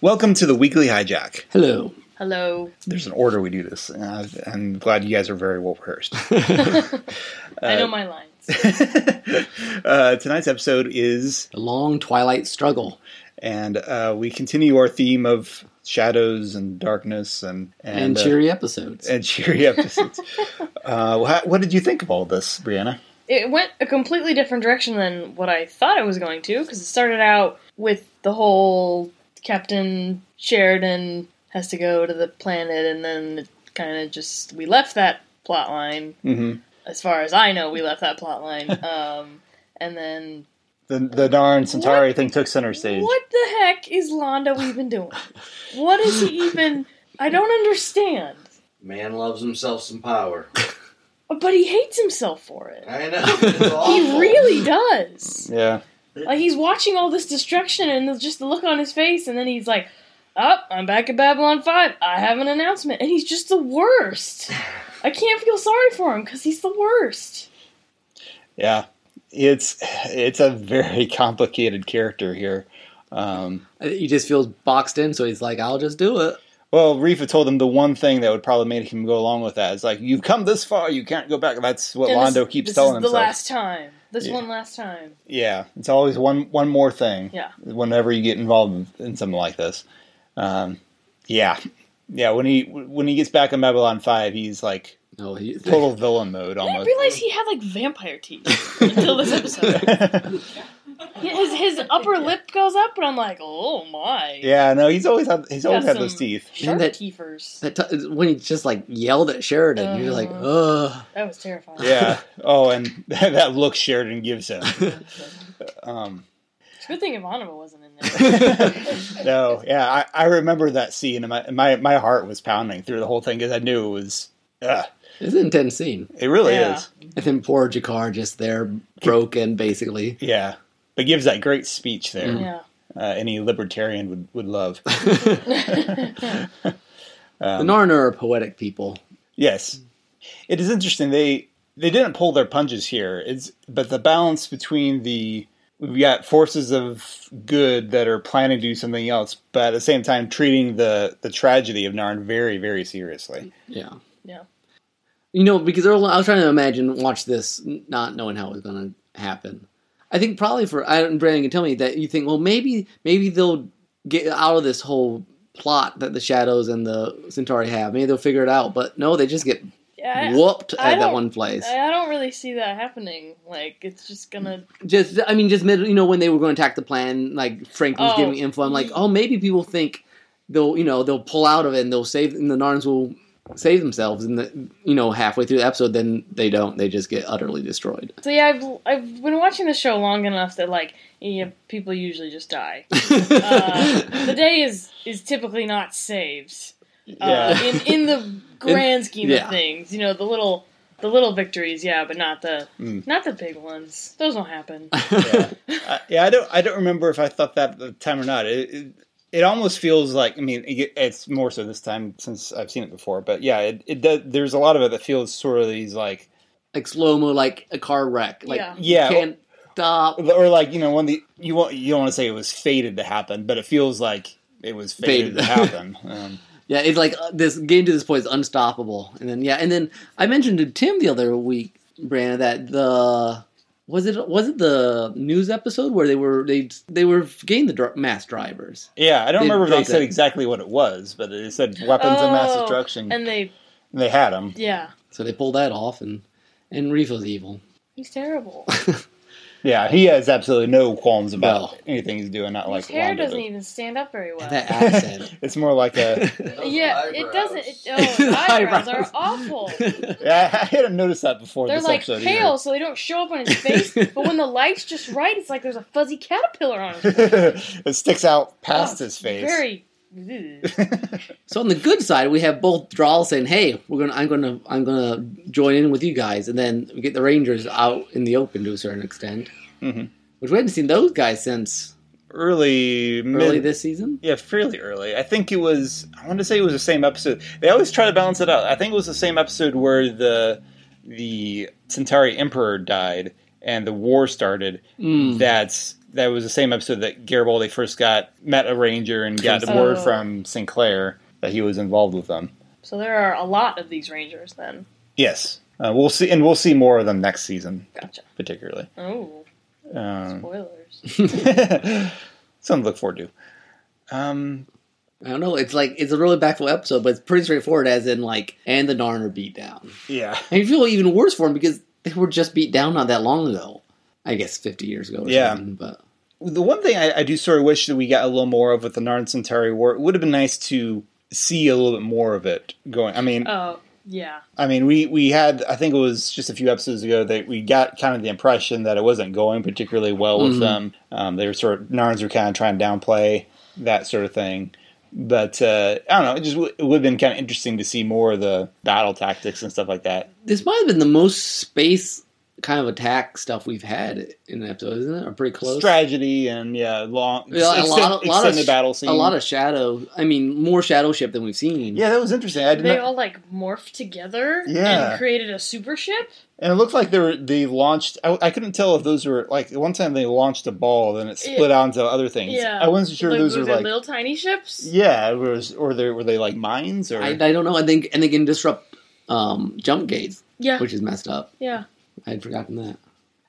Welcome to the weekly hijack. Hello. Hello. There's an order we do this. and I- I'm glad you guys are very well rehearsed. I know my lines. uh, tonight's episode is, The long twilight struggle. and uh, we continue our theme of shadows and darkness and And, uh, cheery episodes. and cheery episodes. uh, wha- what did you think of all this, Brianna? It went a completely different direction than what I thought it was going to because it started out with the whole Captain Sheridan has to go to the planet, and then it kind of just we left that plot line. Mm-hmm. As far as I know, we left that plot line. Um, and then The, the darn Centauri thing took center stage. what the heck is Londo even doing? What is he even? I don't understand. Man loves himself some power. But he hates himself for it. I know. It's awful. He really does. Yeah. Like he's watching all this destruction and the- just the look on his face, and then he's like, "Up, I'm back at Babylon Five. I have an announcement." And he's just the worst. I can't feel sorry for him because he's the worst. Yeah. It's it's a very complicated character here. Um, Uh, he just feels boxed in, so he's like, I'll just do it. Well, Rifa told him the one thing that would probably make him go along with that is like, you've come this far, you can't go back. That's what And Londo this, keeps this telling is himself. The last time. This Yeah. one last time. Yeah, it's always one one more thing. Yeah. Whenever you get involved in something like this, um, yeah, yeah. When he when he gets back on Babylon Five, he's like No, he, total villain mode I didn't almost. realize he had like vampire teeth until this episode. His his upper lip goes up, and I'm like, "Oh my!" yeah, no, he's always had he's Got always had some those teeth. Man, Sharp that- teethers. that t- when he just like yelled at Sheridan, you're like, ugh. That was terrifying. Yeah. Oh, and that look Sheridan gives him. Um, It's a good thing Ivanova wasn't in there. no, yeah, I, I remember that scene, and my, my my heart was pounding through the whole thing because I knew it was. Uh, It's an intense scene. it really Yeah. is. And then poor Jakar just there, broken, basically. Yeah, but gives that great speech there. yeah. Uh, any libertarian would would love. Um, the Narna are poetic people. Yes, it is interesting. They they didn't pull their punches here. It's but the balance between the we've got forces of good that are planning to do something else, but at the same time treating the the tragedy of Narn very very seriously. Yeah. Yeah. You know, because there were, a lot- I was trying to imagine, watch this, n- not knowing how it was going to happen. I think probably for I don't Brandon can tell me that you think, well, maybe maybe they'll get out of this whole plot that the shadows and the Centauri have. Maybe they'll figure it out. But no, they just get Yeah. I- whooped I at that don't- one place. I, I don't really see that happening. Like it's just gonna. just I mean, just mid, you know, when they were going to attack the plan, like Frank was Oh. giving info. I'm like, oh, maybe people think they'll you know they'll pull out of it and they'll save and the Narns will save themselves. And the, you know, halfway through the episode, then they don't. They just get utterly destroyed. So yeah, I've I've been watching the show long enough that like yeah, people usually just die. Uh, the day is is typically not saved. Uh, Yeah. in in the grand scheme yeah. of things, you know the little the little victories, yeah, but not the Mm. not the big ones. Those don't happen. yeah. I, yeah, I don't. I don't remember if I thought that at the time or not. It, it, it almost feels like. I mean, it, it's more so this time since I've seen it before. But yeah, it, it does. There's a lot of it that feels sort of these like like slow mo, like a car wreck. Like Yeah. Yeah. can't stop. or like you know when the you won't you don't want to say it was fated to happen, but it feels like it was fated, Fated. to happen. Um, Yeah, it's like uh, this game to this point is unstoppable. And then yeah, and then I mentioned to Tim the other week, Brandon, that the was it was it the news episode where they were they they were getting the dr- mass drivers. yeah, I don't They remember if they take said it. exactly what it was, but they said weapons of mass Oh, destruction, and And they they had them. yeah, So they pulled that off, and and Reef was evil. he's terrible. Yeah, he has absolutely no qualms about No. anything he's doing. Not like His hair Londo doesn't did. even stand up very well. That accent. It's more like a. Those Yeah, it eyebrows. doesn't. It, oh, his The eyebrows are eyebrows. awful. Yeah, I I hadn't noticed that before. They're this like episode pale, so they don't show up on his face. but when the light's just right, it's like there's a fuzzy caterpillar on his face. either. it sticks out past Oh, his face. Very. ugh. so on the good side, we have both Drawl saying, "Hey, we're gonna, I'm gonna, I'm gonna join in with you guys," and then we get the Rangers out in the open to a certain extent, Mhm. which we haven't seen those guys since early, early mid- this season. yeah, fairly early. I think it was. I want to say it was the same episode. They always try to balance it out. I think it was the same episode where the the Centauri Emperor died and the war started. Mm. That's that was the same episode that Garibaldi first got met a ranger and got Oh. word from Sinclair that he was involved with them. So there are a lot of these rangers then. Yes, uh, we'll see, and we'll see more of them next season, Gotcha. particularly. Oh, Um, spoilers. something to look forward to. Um, I don't know. It's like it's a really backful episode, but it's pretty straightforward. As in, like, and the Narn are beat down, yeah, and you feel even worse for them because they were just beat down not that long ago. I guess fifty years ago. Or Yeah. something, but the one thing I, I do sort of wish that we got a little more of with the Narn Centauri War. It would have been nice to see a little bit more of it going. I mean, Oh, yeah. I mean, we we had I think it was just a few episodes ago that we got kind of the impression that it wasn't going particularly well with Mhm. them. Um, they were sort of Narns were kind of trying to downplay that sort of thing. But uh, I don't know. It just w- it would have been kind of interesting to see more of the battle tactics and stuff like that. this might have been the most space kind of attack stuff we've had in an episode, isn't it? Or pretty close. Strategy and yeah, long Yeah, a lot of- extend- lot of extended sh- battle scene. A lot of shadow. I mean, more shadow ship than we've seen. yeah, that was interesting. I did They not- all like morphed together Yeah. and created a super ship. and it looked like they were they launched. I, I couldn't tell if those were like one time they launched a ball, then it split out into other things. Yeah. I wasn't sure like, those were their like little tiny ships. Yeah, it was, or they were they like mines or I, I don't know. I think and they can disrupt um, jump gates, Yeah, which is messed up. yeah. I had forgotten that.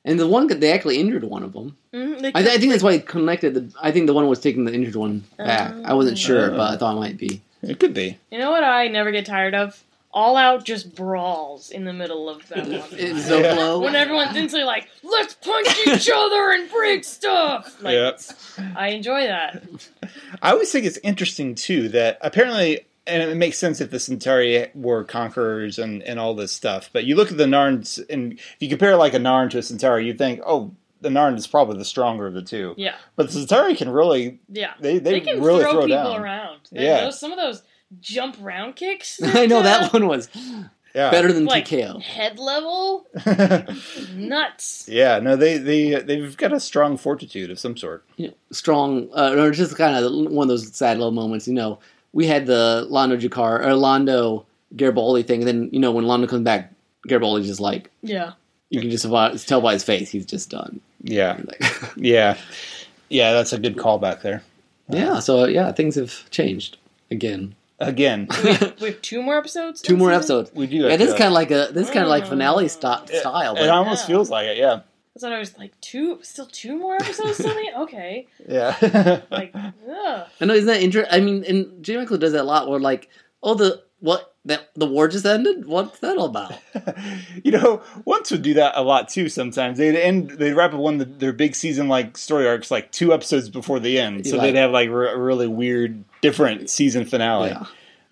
And the one they actually injured one of them. Mhm, they I, th- I could- think that's why it connected. The, I think the one was taking the injured one back. I wasn't sure, Oh. but I thought it might be. it could be. you know what I never get tired of? All out just brawls in the middle of that one. It's so Yeah. low. when everyone's instantly like, let's punch each other and break stuff. Like, Yep. I enjoy that. I always think it's interesting too that apparently, and it makes sense if the Centauri were conquerors and and all this stuff. But you look at the Narns, and if you compare like a Narn to a Centauri, you think, oh, the Narn is probably the stronger of the two. Yeah, But the Centauri can really yeah. they they, They can really throw, throw, people down. around. Yeah. yeah, some of those jump round kicks. I know that one was Yeah. better than Like, TKO. head level, nuts. yeah. No, they they they've got a strong fortitude of some sort. you know, strong, uh, or just kind of one of those sad little moments. You know, we had the Lando Jakar or Lando Garibaldi thing, and then you know when Lando comes back, Garibaldi's just like Yeah. you can just about- tell by his face he's just done. Yeah. Like, Yeah. Yeah. That's a good callback there. yeah, so yeah, things have changed again. Again, We have two more episodes. Two in more season? episodes. we do. Yeah, have this to- is kind of like a this kind of like Mm. finale sto- It- style. It but- almost Yeah. feels like it, yeah. That's what I was like. Two, still two more episodes. Something okay. Yeah. Like, ugh. I know, isn't that interesting? I mean, and J. Michael does that a lot. Where like, oh, the what that the war just ended. What's that all about? you know, once would do that a lot too sometimes. They'd end they'd wrap up one of their big season like story arcs like two episodes before the end. So Yeah. they'd have like re- a really weird different season finale. Yeah.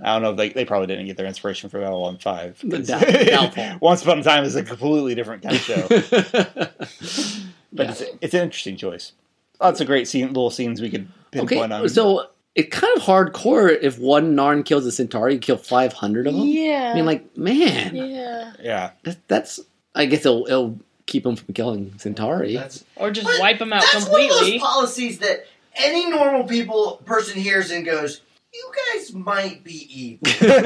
I don't know if they, they probably didn't get their inspiration from Battle on 5. But doubt- doubtful. Once Upon a Time is a completely different kind of show. But Yeah. it's, it's an interesting choice. Lots of great scene, little scenes we could Okay, pinpoint on. so it's kind of hardcore if one Narn kills a Centauri, you kill 500 of them. Yeah. I mean, like, man, Yeah. yeah. that- that's, I guess it'll, it'll keep them from killing Centauri. That's, Or just But wipe them out that's one of completely. those policies that any normal people person hears and goes, "You guys might be evil." I mean,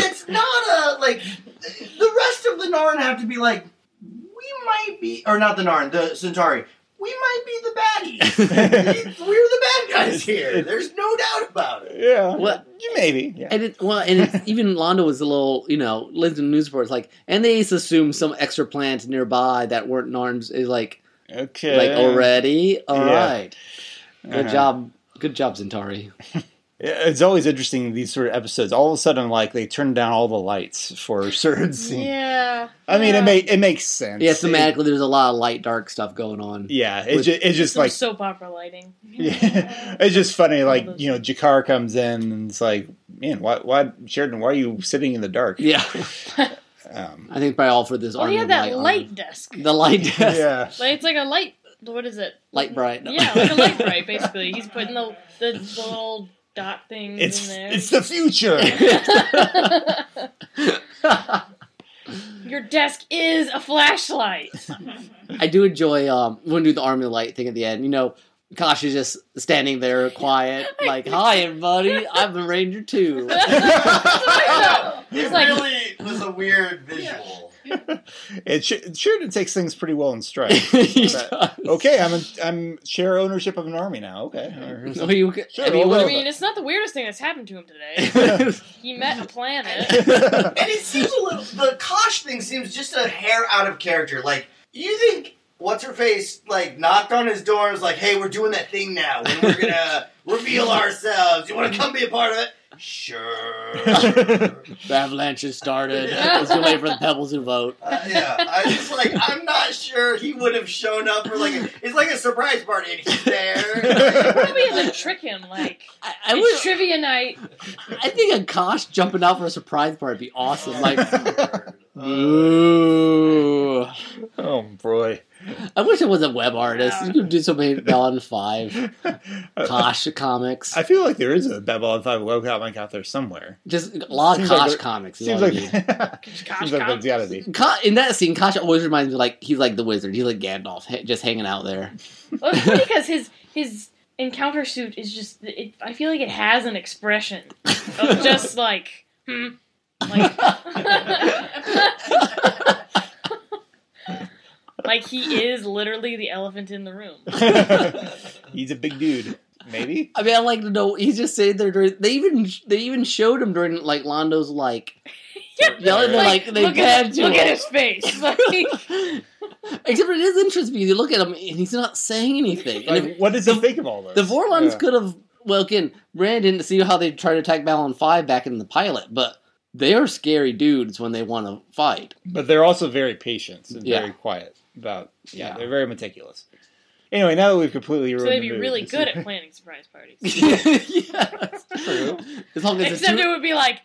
that's not a like. The rest of the Narn have to be like, "We might be," or not the Narn, the Centauri. We might be the baddies. We're the bad guys here. There's no doubt about it. yeah. What- Maybe. Yeah. And it, well, and it's, even Londo was a little, you know, lived in news reports like, and they just assumed some extra plant nearby that weren't Narns is like, Okay. like already, All right, Yeah. good Uh-huh. job, good job, Centauri. Yeah, It's always interesting these sort of episodes. All of a sudden, like they turn down all the lights for certain scene. Yeah. I mean, yeah. it make it makes sense. Yeah, It- thematically, there's a lot of light dark stuff going on. yeah, it With- ju- it's just Some like soap opera lighting. yeah, it's just funny. Like you know, Jakar comes in and it's like, man, why, why, Sheridan, why are you sitting in the dark? Yeah, Um, I think probably all for this. Oh army yeah, of that armor. light desk. The light desk. yeah, Like it's like a light. What is it? Light bright. Yeah, like a light bright. Basically, he's putting the the, the little dot things it's in there. it's the future. Your desk is a flashlight. I do enjoy um when we do the army light thing at the end. You know, Kosh is just standing there quiet, like, "Hi, everybody, I'm the ranger too." That's what I thought. It like- really was a weird visual. it Sh- Sheridan takes things pretty well in stride. He But- does. okay, I'm a, I'm share ownership of an army now. Okay, So you, could- Sure, I mean, I'll what- I Well, mean, it's not the weirdest thing that's happened to him today. He met a planet. I And it seems a little. The Kosh thing seems just a hair out of character. Like, you think what's her face like knocked on his door and was like, "Hey, we're doing that thing now. When we're gonna reveal ourselves. You want to come be a part of it?" Sure. the avalanche has started. It's too late for the pebbles to vote. Uh, yeah, I just like I'm not sure he would have shown up for like a, it's like a surprise party and he's there. Probably had to trick him. Like I, I, it's would, trivia night. I think a Kosh jumping out for a surprise party would be awesome. Like, Uh, ooh. oh boy, I wish I was a web artist. You could do so many Bellon 5, I Kosh comics. feel like there is a Babylon Five web comic out there somewhere. Just a lot of Seems like Kosh there- comics. is Seems all I like need. seems like there's gotta be. Ka- in that scene, Kosh always reminds me like he's like the wizard. He's like Gandalf, ha- just hanging out there. Well, it's funny because his his encounter suit is just. It, I feel like it has an expression of just like hmm, like like he is literally the elephant in the room. He's a big dude. Maybe. I mean, I like to know. He's just sitting there during. They even they even showed him during like Londo's like. Yeah, they're like, they look, grabbed at, you. look at his face. Like, Except for it is interesting because you look at him and he's not saying anything. And Like, if- what does he think of all this? the Vorlons Yeah. could have. Well, again, Brandon didn't see how they tried to attack Balon Five back in the pilot, but they are scary dudes when they want to fight. But they're also very patient and Yeah. very quiet about. Yeah, Yeah. they're very meticulous. Anyway, now that we've completely ruined so they'd the be mood, really this good is- at planning surprise parties. yes. True. As long as it's Except two- it would be like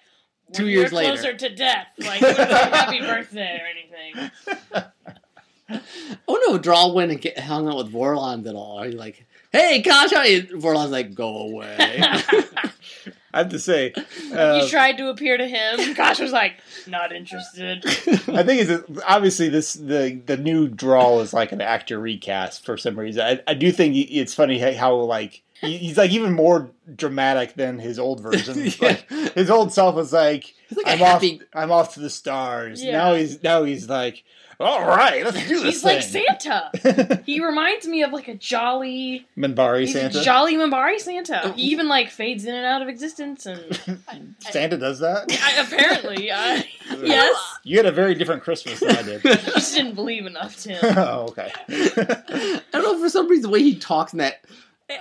when two years you're later. closer to death. Like wouldn't say happy birthday or anything. Oh no, Draw went and get, hung out with Vorlons at all. Are you like, hey, Kosh, how are you?" Vorlon's like, go away. I have to say, you uh, tried to appear to him. Gosh was like, not interested. I think it's obviously this the the new draw is like an actor recast for some reason. I, I do think it's funny how like he- he's like even more dramatic than his old version. yeah. Like, his old self was like, He's like a "I'm happy. off, I'm off to the stars." Yeah. Now he's now he's like, "All right, let's do this." He's like thing." Santa. He reminds me of like a jolly, Minbari he's Santa. Oh. a jolly Mambari Santa. He even like fades in and out of existence, and Santa does that. I, apparently, I, yes, You had a very different Christmas than I did. you just didn't believe enough, Tim. oh, okay. I don't know for some reason the way he talks in that.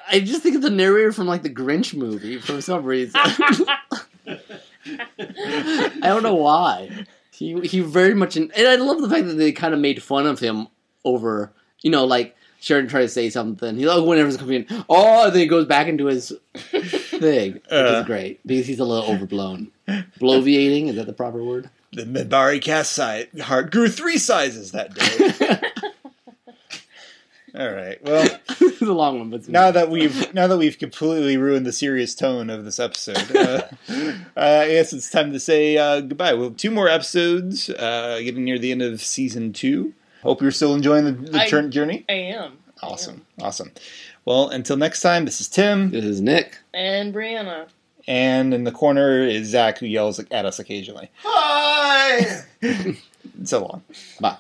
I just think of the narrator from like the Grinch movie for some reason. I don't know why. He he very much and I love the fact that they kind of made fun of him over you know like Sheridan tried to say something. He's like whenever it's coming in, oh, then he goes back into his thing, which Uh. is great because he's a little overblown. Bloviating is that the proper word? the Minbari cast size heart grew three sizes that day. All right. Well, it's a long one, but it's now that we've now that we've completely ruined the serious tone of this episode, uh, uh, I guess it's time to say uh, goodbye. We'll have two more episodes, uh, getting near the end of season two. Hope you're still enjoying the, the I- turn journey. I am Awesome, awesome. Well, until next time, this is Tim, this is Nick. and Brianna. and in the corner is Zach, who yells at us occasionally. Hi. So long. Bye.